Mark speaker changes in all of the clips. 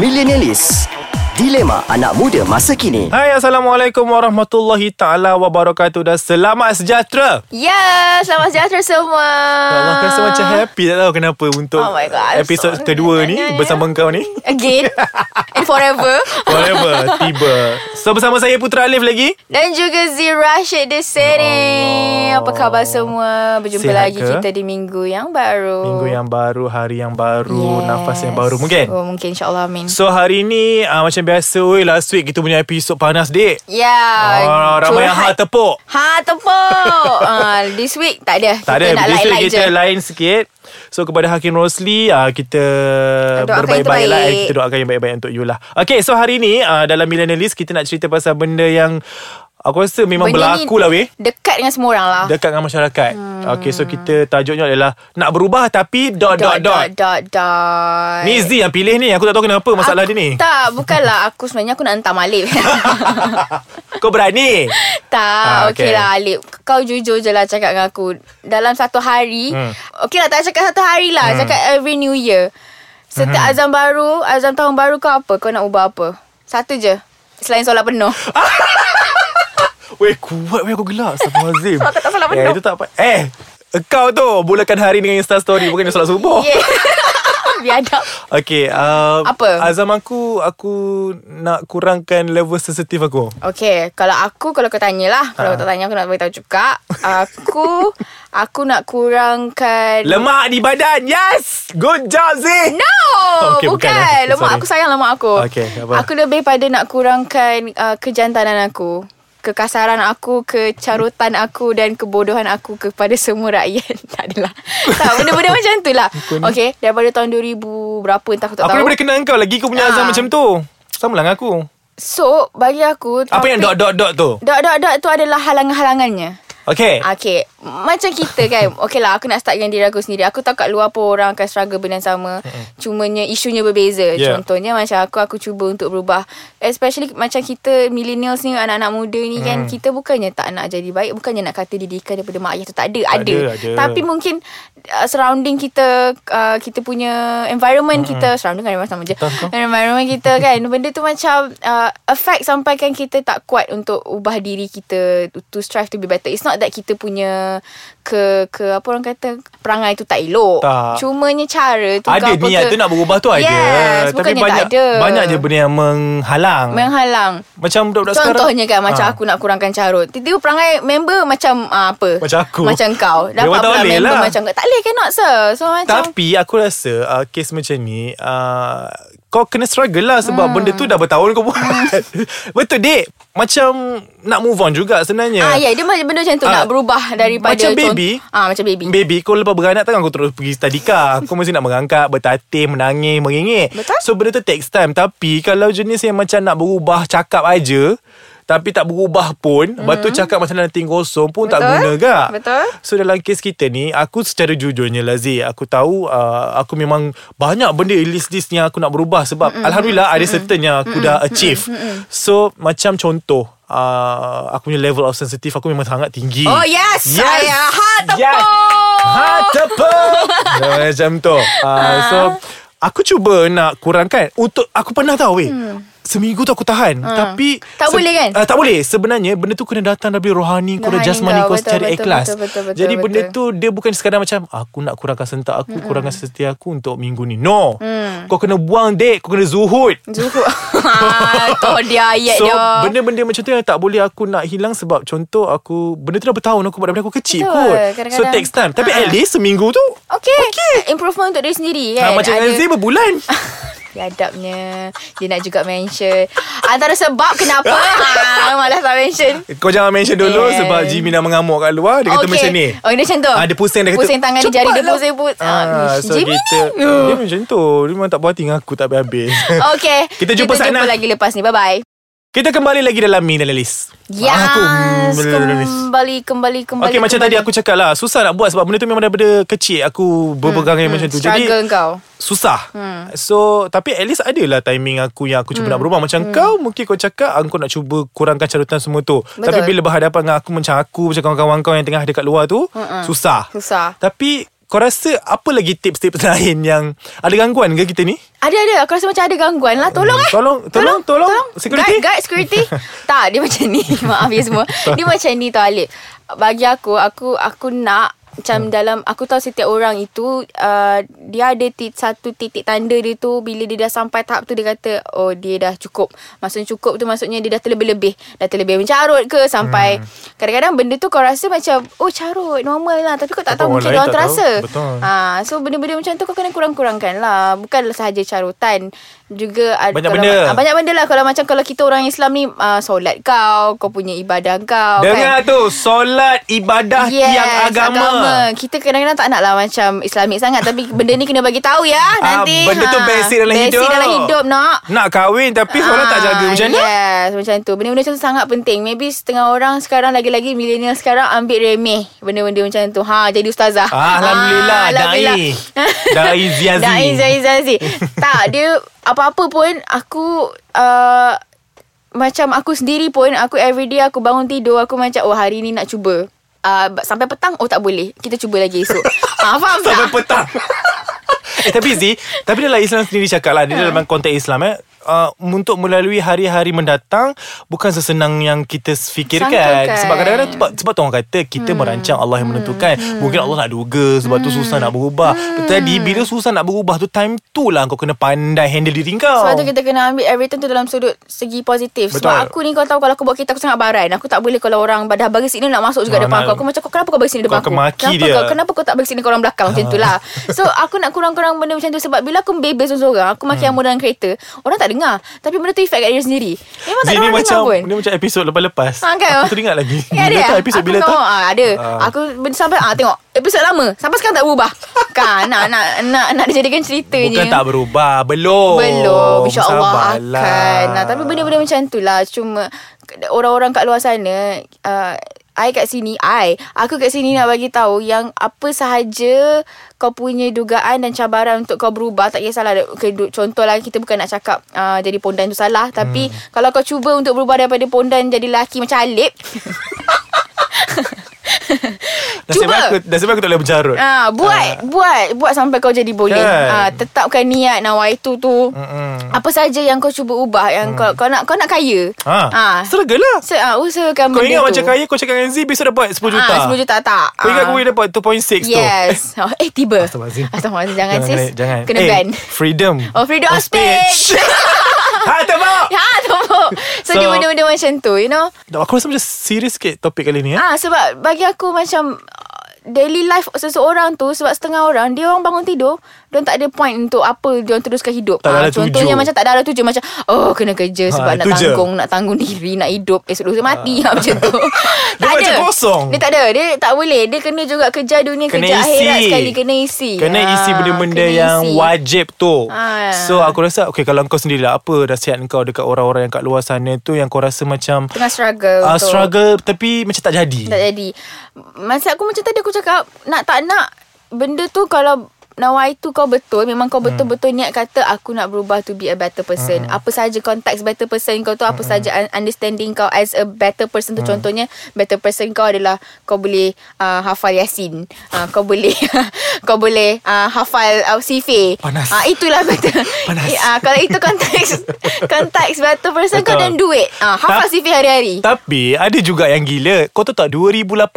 Speaker 1: Millenialis Dilema anak muda masa kini
Speaker 2: Hai Assalamualaikum warahmatullahi ta'ala wabarakatuh Dan selamat sejahtera
Speaker 3: Ya, selamat sejahtera semua.
Speaker 2: Ya Allah rasa macam happy tak tahu kenapa Untuk
Speaker 3: Ah. Oh my God, I'm
Speaker 2: episod
Speaker 3: so
Speaker 2: kedua ni
Speaker 3: happy.
Speaker 2: Bersama kau ni
Speaker 3: Again and forever.
Speaker 2: Whatever Tiba So bersama saya Putra Alif lagi
Speaker 3: Dan juga Z Rashid di sini.
Speaker 2: Ya Allah.
Speaker 3: Apa khabar semua? Berjumpa
Speaker 2: Sihat
Speaker 3: lagi
Speaker 2: ke?
Speaker 3: kita di minggu yang baru.
Speaker 2: Minggu yang baru Hari yang baru
Speaker 3: Oh. Yes.
Speaker 2: Nafas yang baru Mungkin
Speaker 3: Oh, mungkin insyaAllah amin.
Speaker 2: So hari ni uh, Macam biasa Oi, Last week kita punya episod panas dik
Speaker 3: Ya.
Speaker 2: Ah, Ramai yang hak
Speaker 3: curhat.
Speaker 2: tepuk
Speaker 3: Ha, tepuk. Ah, this week tak ada.
Speaker 2: tak
Speaker 3: kita
Speaker 2: ada
Speaker 3: nak
Speaker 2: This week
Speaker 3: light-light
Speaker 2: kita
Speaker 3: je.
Speaker 2: lain sikit So kepada Hakim Rosli uh, Kita
Speaker 3: Doakan
Speaker 2: berbaik-baik
Speaker 3: yang
Speaker 2: lah
Speaker 3: terbaik.
Speaker 2: And kita doakan yang baik-baik untuk you lah Okay so hari ni uh, Dalam Millennialist Kita nak cerita pasal benda yang Aku rasa memang
Speaker 3: Benda ni
Speaker 2: berlaku lah weh
Speaker 3: Dekat dengan semua orang lah.
Speaker 2: Dekat dengan masyarakat hmm. Okay so kita Tajuknya adalah Nak berubah tapi Dot dot dot, dot.
Speaker 3: dot, dot.
Speaker 2: Ni Z yang pilih ni Aku tak tahu kenapa masalah
Speaker 3: aku,
Speaker 2: dia ni
Speaker 3: Tak, bukanlah aku sebenarnya aku nak hantar Malik.
Speaker 2: Kau berani
Speaker 3: tak,
Speaker 2: Ah,
Speaker 3: ah,
Speaker 2: okay.
Speaker 3: okay. lah Alip. Kau jujur je lah cakap dengan aku. Dalam satu hari,
Speaker 2: Hmm.
Speaker 3: hmm. okay lah tak cakap satu hari lah. Hmm. Cakap every new year. Setiap hmm. azam baru, azam tahun baru kau apa? Kau nak ubah apa? Satu je. Selain solat penuh.
Speaker 2: Weh kuat weh aku gelak Astagfirullahalazim
Speaker 3: Aku tak salah
Speaker 2: Eh
Speaker 3: benda.
Speaker 2: itu tak apa Eh Kau tu Bulakan hari dengan Insta story Bukan dia solat subuh
Speaker 3: Yeah. Biadab.
Speaker 2: Okay uh,
Speaker 3: Apa?
Speaker 2: Azam aku Aku nak kurangkan level sensitif aku
Speaker 3: Okay, kalau aku, kalau kau tanyalah. Kalau kau tak tanya, aku nak beritahu juga. Aku, aku nak kurangkan...
Speaker 2: Lemak di badan Yes Good job Zee
Speaker 3: No
Speaker 2: Okay, bukan.
Speaker 3: okay, Bukan,
Speaker 2: Okay,
Speaker 3: Lemak
Speaker 2: sorry.
Speaker 3: aku sayang lemak aku
Speaker 2: Okay, apa?
Speaker 3: Aku lebih pada nak kurangkan uh, Kejantanan aku Kekasaran aku Kecarutan aku Dan kebodohan aku Kepada semua rakyat Tak adalah Tak benda-benda macam tu lah Okay Daripada tahun 2000 Berapa entah aku tak
Speaker 2: Aku
Speaker 3: tahu
Speaker 2: daripada kenal kau lagi Kau punya
Speaker 3: Ah.
Speaker 2: Azam macam tu Sama lah dengan aku
Speaker 3: So bagi aku
Speaker 2: Apa yang dot dot dot tu
Speaker 3: Dot dot dot tu adalah halangan-halangannya
Speaker 2: Okay
Speaker 3: Okay Macam kita kan Okay lah aku nak start dengan diri aku sendiri Aku tahu kat luar pun orang akan struggle benda yang sama Cumanya isunya berbeza
Speaker 2: Yeah.
Speaker 3: yeah. Contohnya macam aku Aku cuba untuk berubah Especially macam kita Millennials ni Anak-anak muda ni kan Kita bukannya tak nak jadi baik Bukannya nak kata didikan daripada mak ayah tu Tak ada
Speaker 2: Tak
Speaker 3: ada,
Speaker 2: ada, ada.
Speaker 3: Tapi mungkin uh, Surrounding kita uh, Kita punya environment kita Surrounding kan memang sama je
Speaker 2: Betul, betul.
Speaker 3: Environment kita kan Benda tu macam uh, Affect sampaikan kita tak kuat Untuk ubah diri kita To strive to be better It's not that kita punya Ke ke Apa orang kata Perangai tu tak elok
Speaker 2: Tak.
Speaker 3: Cumanya cara tu
Speaker 2: Ada
Speaker 3: kau apa
Speaker 2: niat
Speaker 3: ke-
Speaker 2: tu nak berubah tu
Speaker 3: Yes,
Speaker 2: ada Tapi
Speaker 3: bukannya
Speaker 2: banyak
Speaker 3: tak ada.
Speaker 2: Banyak je benda yang menghalang
Speaker 3: Menghalang
Speaker 2: Macam budak-budak sekarang
Speaker 3: Contohnya kan Macam
Speaker 2: Ah.
Speaker 3: aku nak kurangkan carut Tiba-tiba perangai member Macam uh, apa
Speaker 2: Macam aku.
Speaker 3: Macam kau
Speaker 2: Dia
Speaker 3: Dapat
Speaker 2: orang tak
Speaker 3: pula
Speaker 2: boleh
Speaker 3: member
Speaker 2: lah.
Speaker 3: macam kau Tak boleh cannot sir So macam
Speaker 2: Tapi aku rasa uh, Kes macam ni uh, Kau kena struggle lah
Speaker 3: Hmm.
Speaker 2: Sebab benda tu dah bertahun kau buat Betul dek Macam Nak move on juga sebenarnya
Speaker 3: Ah ya yeah, dia macam benda macam tu
Speaker 2: Ah,
Speaker 3: nak berubah daripada
Speaker 2: macam
Speaker 3: cont-
Speaker 2: baby.
Speaker 3: Ah macam baby.
Speaker 2: Baby kau lepas beranak Takkan kau terus pergi tadika Kau mesti nak mengangkat Bertatih Menangis Meringik
Speaker 3: Betul.
Speaker 2: So benda tu takes time Tapi kalau jenis yang macam Nak berubah Cakap aja tapi tak berubah pun mm-hmm. Lepas tu cakap macam nanti kosong pun tak
Speaker 3: Betul.
Speaker 2: guna gak
Speaker 3: Betul.
Speaker 2: So dalam kes kita ni Aku secara jujurnya Lazi Aku tahu uh, Aku memang Banyak benda list-list yang aku nak berubah Sebab mm-hmm. Alhamdulillah ada certain yang aku mm-hmm. dah achieve mm-hmm. So macam contoh uh, Aku punya level of sensitive Aku memang sangat tinggi
Speaker 3: Oh yes, yes. I uh, hot tepuk.
Speaker 2: Yes. Hot tepuk. Dia Macam tu.
Speaker 3: Ah.
Speaker 2: Uh, so aku cuba nak kurangkan untuk aku pernah tahu weh. Seminggu tu aku tahan Tapi
Speaker 3: Hmm. Ah. Tak boleh kan?
Speaker 2: uh, Tak boleh Sebenarnya Benda tu kena datang Dari rohani kau Dan
Speaker 3: Rohani
Speaker 2: jasmani
Speaker 3: kau,
Speaker 2: kau
Speaker 3: betul,
Speaker 2: Secara
Speaker 3: betul,
Speaker 2: ikhlas
Speaker 3: betul, betul, betul,
Speaker 2: Jadi benda
Speaker 3: betul.
Speaker 2: tu Dia bukan sekadar macam Aku nak kurangkan sentak aku Kurangkan setia aku Untuk minggu ni No
Speaker 3: Hmm.
Speaker 2: Kau kena buang dek Kau kena zuhud
Speaker 3: Zuhur. Ah, tu dia ayat
Speaker 2: so,
Speaker 3: dia.
Speaker 2: benda-benda macam tu yang tak boleh aku nak hilang sebab contoh aku benda tu dah bertahun aku buat daripada aku kecil
Speaker 3: Betul,
Speaker 2: kot. So
Speaker 3: kadang-kadang.
Speaker 2: takes time. Tapi
Speaker 3: Ha.
Speaker 2: at least seminggu tu
Speaker 3: Okay. okay. Improvement untuk diri sendiri
Speaker 2: ha,
Speaker 3: kan.
Speaker 2: macam
Speaker 3: Ada-
Speaker 2: Elzie berbulan.
Speaker 3: Biadabnya Dia nak juga mention Antara sebab kenapa ah, Malas tak mention
Speaker 2: Kau jangan mention dulu
Speaker 3: Yeah.
Speaker 2: sebab Jimmy dah mengamuk kat luar dia kata
Speaker 3: Okay.
Speaker 2: macam ni.
Speaker 3: Oh dia macam tu
Speaker 2: Ah, dia pusing dia kata
Speaker 3: Pusing tangan dia jari dia
Speaker 2: "Cepatlah."
Speaker 3: pusing put
Speaker 2: Ah, so
Speaker 3: Jimmy
Speaker 2: kita Dia macam tu Dia memang tak puas hati dengan aku Tak habis-habis
Speaker 3: Okay
Speaker 2: Kita jumpa
Speaker 3: Kita
Speaker 2: sana.
Speaker 3: jumpa lagi lepas ni Bye bye
Speaker 2: Kita kembali lagi dalam Millennialist Ah, Aku hmm,
Speaker 3: Yes
Speaker 2: Millennialist.
Speaker 3: Kembali Kembali Kembali
Speaker 2: Okay macam
Speaker 3: kembali.
Speaker 2: tadi aku cakap lah Susah nak buat Sebab benda tu memang daripada kecil Aku berpegang yang macam tu Jadi
Speaker 3: Struggle kau
Speaker 2: susah. Hmm. So tapi at least adalah timing aku yang aku cuba hmm. nak berubah macam hmm. kau mungkin kau cakap ah, kau nak cuba kurangkan carutan semua tu. Betul.
Speaker 3: Betul.
Speaker 2: Tapi bila berhadapan dengan aku macam aku macam kawan-kawan kau yang tengah dekat luar tu susah.
Speaker 3: Susah.
Speaker 2: Tapi Kau rasa apa lagi tips-tips lain yang ada gangguan ke kita ni?
Speaker 3: Ada ada Aku rasa macam ada gangguan lah Tolong eh
Speaker 2: Hmm. Tolong, tolong, tolong. Security?
Speaker 3: Guard, guard security Tak dia macam ni Maaf ya semua Dia macam ni tau Alif Bagi aku Aku aku nak macam hmm. dalam Aku tahu setiap orang itu uh, Dia ada tit, satu titik tanda dia tu Bila dia dah sampai tahap tu Dia kata Oh dia dah cukup Maksudnya cukup tu Maksudnya dia dah terlebih-lebih Dah terlebih mencarut ke Sampai hmm. Kadang-kadang benda tu kau rasa macam Oh carut normal lah Tapi kau tak
Speaker 2: Tapi
Speaker 3: tahu
Speaker 2: orang
Speaker 3: Mungkin
Speaker 2: lain
Speaker 3: orang
Speaker 2: tak tahu.
Speaker 3: terasa
Speaker 2: Betul.
Speaker 3: Ha, so benda-benda macam tu kau kena kurang-kurangkan lah. Bukan sahaja carutan. Juga ada
Speaker 2: Banyak
Speaker 3: kalau,
Speaker 2: benda.
Speaker 3: ah, Banyak benda lah kalau macam kalau kita orang Islam ni uh, solat kau, kau punya ibadah kau
Speaker 2: Dengar
Speaker 3: kan.
Speaker 2: tu Solat Ibadah yes, Tiang agama,
Speaker 3: agama. Kita kadang-kadang tak nak lah macam Islamik sangat tapi benda ni kena bagi tahu ya
Speaker 2: Ah,
Speaker 3: nanti.
Speaker 2: Benda tu basic dalam hidup
Speaker 3: Basic dalam hidup nak. Ah,
Speaker 2: Nak kahwin Tapi solat tak jaga Macam mana?
Speaker 3: Yes macam tu Benda-benda macam tu sangat penting Maybe setengah orang sekarang Lagi-lagi milenial sekarang Ambil remeh Benda-benda macam tu Ha jadi ustazah
Speaker 2: Ah, Alhamdulillah,
Speaker 3: Ah, Alhamdulillah.
Speaker 2: dai. Dai Ziazi.
Speaker 3: Dai Ziazi Ziazi Tak dia Apa-apa pun Aku uh, Macam aku sendiri pun Aku everyday Aku bangun tidur Aku macam Oh hari ni nak cuba Uh, sampai petang Oh tak boleh Kita cuba lagi esok ha, Faham tak?
Speaker 2: Sampai petang eh, Tapi Zee Tapi dalam Islam sendiri cakap lah
Speaker 3: Hmm.
Speaker 2: Dia dalam konteks Islam eh Uh, untuk melalui hari-hari mendatang bukan sesenang yang kita fikirkan
Speaker 3: Sangkakan.
Speaker 2: sebab kadang-kadang sebab, sebab tu orang kata kita hmm. merancang Allah yang menentukan hmm. mungkin Allah nak duga sebab tu susah nak berubah hmm. tadi bila susah nak berubah tu time tu lah kau kena pandai handle diri kau
Speaker 3: Sebab tu kita kena ambil everything tu dalam sudut segi positif. Betul. Sebab
Speaker 2: Betul.
Speaker 3: aku ni kau tahu kalau aku buat kita aku sangat baran. Aku tak boleh kalau orang dah bagi sini nak masuk juga
Speaker 2: Ah,
Speaker 3: ha, depan
Speaker 2: nak-
Speaker 3: aku. Aku macam kau kenapa kau bagi sini depan
Speaker 2: Kau akan
Speaker 3: aku?
Speaker 2: maki
Speaker 3: kenapa
Speaker 2: dia.
Speaker 3: kau kenapa kau tak bagi sini kau orang belakang macam tu lah. So aku nak kurang-kurang benda macam tu sebab bila aku bebas seorang aku maki hmm. dalam kereta, orang tak dengar. Tapi benda tu efek kat diri sendiri. Memang
Speaker 2: Zee
Speaker 3: tak ada
Speaker 2: ni
Speaker 3: orang
Speaker 2: macam
Speaker 3: dengar pun.
Speaker 2: Ni macam episod lepas-lepas
Speaker 3: Ha, kan?
Speaker 2: Aku teringat lagi
Speaker 3: Ya, ada
Speaker 2: Bila tu
Speaker 3: eh?
Speaker 2: episod
Speaker 3: aku
Speaker 2: bila tu
Speaker 3: tahu, ah, Ada
Speaker 2: Ah.
Speaker 3: Aku ben- sampai ah, Tengok Episod lama Sampai sekarang tak berubah Kan nak, nak, nak, nak dijadikan cerita je
Speaker 2: Bukan tak berubah Belum
Speaker 3: belum InsyaAllah
Speaker 2: Sabarlah.
Speaker 3: akan nah, Tapi benda-benda macam tu lah Cuma k- Orang-orang kat luar sana uh, I kat sini I Aku kat sini nak bagi tahu Yang apa sahaja Kau punya dugaan dan cabaran Untuk kau berubah Tak kisahlah okay, du- Contoh lah Kita bukan nak cakap uh, Jadi pondan tu salah Tapi
Speaker 2: Hmm.
Speaker 3: Kalau kau cuba untuk berubah Daripada pondan jadi lelaki Macam Alip
Speaker 2: Nasib baik aku, nasib baik aku tak boleh berjarut
Speaker 3: Ah, buat, buat, buat sampai kau jadi boleh.
Speaker 2: Kan?
Speaker 3: Ah, tetapkan niat nawaitu tu. Mm-mm. Apa saja yang kau cuba ubah yang mm. kau kau nak kau nak kaya.
Speaker 2: Ha.
Speaker 3: Ah.
Speaker 2: Struggle lah
Speaker 3: So, ah, usahakan
Speaker 2: Kau
Speaker 3: benda
Speaker 2: ingat
Speaker 3: tu.
Speaker 2: macam kaya Kau cakap dengan Z Besok dapat 10 juta
Speaker 3: Ah, 10 juta tak.
Speaker 2: Kau ingat
Speaker 3: Ah.
Speaker 2: gue dapat 2.6 tu
Speaker 3: Yes. Oh, eh tiba.
Speaker 2: Astaghfirullahalazim.
Speaker 3: Astaghfirullahalazim. Jangan, sis.
Speaker 2: eh, jangan.
Speaker 3: Kena
Speaker 2: eh,
Speaker 3: ban.
Speaker 2: Freedom
Speaker 3: Oh, freedom of speech.
Speaker 2: Ha tebak
Speaker 3: ha, tumpuk.
Speaker 2: So-
Speaker 3: So, so dia benda-benda macam tu, you know.
Speaker 2: Aku rasa macam serius sikit Topik kali ni eh?
Speaker 3: Ah sebab bagi aku macam uh, daily life seseorang tu sebab setengah orang dia orang bangun tidur dia tak ada point untuk apa dia orang teruskan hidup. Ha,
Speaker 2: Tak ada arah
Speaker 3: contohnya
Speaker 2: tuju.
Speaker 3: macam tak ada arah tuju macam oh kena kerja sebab
Speaker 2: Ha,
Speaker 3: nak
Speaker 2: itu je.
Speaker 3: tanggung nak tanggung diri nak hidup esok lusa mati ha. macam tu. tak
Speaker 2: macam kosong.
Speaker 3: Dia tak ada. Dia tak boleh. Dia kena juga kerja dunia
Speaker 2: Kena
Speaker 3: kerja
Speaker 2: isi.
Speaker 3: akhirat sekali kena isi.
Speaker 2: Kena
Speaker 3: Ah,
Speaker 2: isi benda-benda
Speaker 3: kena
Speaker 2: yang
Speaker 3: isi.
Speaker 2: wajib tu
Speaker 3: Ah.
Speaker 2: So aku rasa Okay kalau kau sendiri lah Apa nasihat kau Dekat orang-orang yang kat luar sana tu Yang kau rasa macam
Speaker 3: tengah struggle
Speaker 2: uh,
Speaker 3: untuk-
Speaker 2: Struggle Tapi macam tak jadi
Speaker 3: Tak jadi Masa aku macam tadi aku cakap Nak tak nak Benda tu kalau Nawai tu kau betul Memang
Speaker 2: Hmm.
Speaker 3: kau betul-betul niat kata Aku nak berubah to be a better person Apa sahaja konteks better person kau tu Apa
Speaker 2: Hmm.
Speaker 3: sahaja un- understanding kau as a better person tu Contohnya Better person kau adalah Kau boleh uh, hafal Yasin uh, Kau boleh Kau boleh uh, hafal uh, Sifir
Speaker 2: Panas.
Speaker 3: uh, Itulah better
Speaker 2: Panas.
Speaker 3: uh, Kalau itu konteks Konteks better person kau
Speaker 2: Betul.
Speaker 3: dan duit uh, Hafal
Speaker 2: Ta-
Speaker 3: Sifir hari-hari
Speaker 2: Tapi ada juga yang gila. Kau tahu tak 2018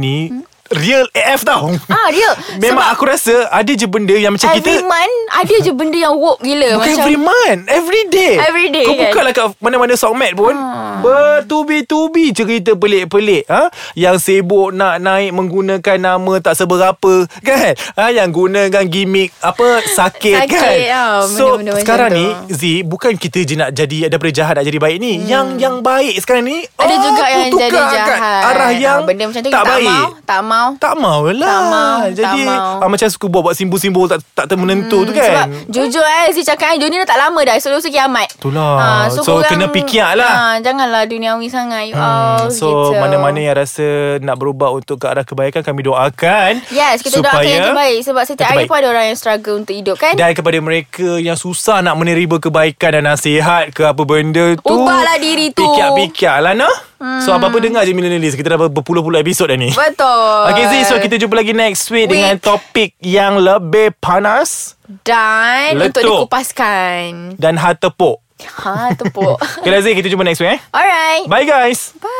Speaker 2: ni hmm? real AF tau.
Speaker 3: Ah, real.
Speaker 2: Memang
Speaker 3: Sebab-
Speaker 2: aku rasa ada je benda yang macam
Speaker 3: Every
Speaker 2: kita
Speaker 3: month Ada je benda yang woke gila
Speaker 2: Bukan
Speaker 3: macam,
Speaker 2: every month Every day
Speaker 3: Every day,
Speaker 2: Kau
Speaker 3: kan? Ah.
Speaker 2: buka lah kat Mana-mana sokmed pun hmm. Bertubi-tubi Cerita pelik-pelik ha? Yang sibuk nak naik Menggunakan nama Tak seberapa Kan ha? Yang gunakan gimmick Apa Sakit,
Speaker 3: Sakit,
Speaker 2: kan
Speaker 3: ah,
Speaker 2: So
Speaker 3: benda-benda macam
Speaker 2: sekarang
Speaker 3: tu.
Speaker 2: ni Z Bukan kita je nak jadi Daripada jahat nak jadi baik ni hmm. Yang yang baik sekarang ni
Speaker 3: Ada
Speaker 2: oh,
Speaker 3: juga yang
Speaker 2: tu
Speaker 3: jadi
Speaker 2: tukar kat
Speaker 3: jahat
Speaker 2: Arah yang
Speaker 3: Ah, Benda macam tu
Speaker 2: Tak
Speaker 3: kita
Speaker 2: baik
Speaker 3: mau Tak mau
Speaker 2: tak mau lah
Speaker 3: Tak mau, tak
Speaker 2: Jadi
Speaker 3: mau. Hmm,
Speaker 2: ah, Macam suka buat-buat simbol-simbol Tak, tak menentu tu kan
Speaker 3: Sebab jujur eh Zee cakap eh Dunia dah tak lama dah Esok-esok kiamat Ah,
Speaker 2: Itulah. So, kena fikir lah.
Speaker 3: ha, Janganlah duniawi sangat You all
Speaker 2: Hmm, so
Speaker 3: gitu.
Speaker 2: mana-mana yang rasa nak berubah untuk ke arah kebaikan kami doakan
Speaker 3: Yes kita doakan yang terbaik Sebab
Speaker 2: Yang
Speaker 3: setiap hari
Speaker 2: terbaik.
Speaker 3: pun ada orang yang struggle Untuk hidup kan
Speaker 2: dan kepada mereka yang susah nak menerima kebaikan dan nasihat ke apa benda tu
Speaker 3: Ubahlah diri tu.
Speaker 2: Pikir-pikir lah nah hmm. So apa-apa dengar je millennials Kita dah berpuluh-puluh episod dah ni
Speaker 3: Betul
Speaker 2: Okay Z So kita jumpa lagi next week,
Speaker 3: Week.
Speaker 2: Dengan topik yang lebih panas
Speaker 3: Dan Letup. untuk
Speaker 2: Letup.
Speaker 3: dikupaskan
Speaker 2: Dan hartepuk
Speaker 3: Ha tepuk
Speaker 2: Okay lah Z Kita jumpa next week eh
Speaker 3: Alright
Speaker 2: Bye guys
Speaker 3: Bye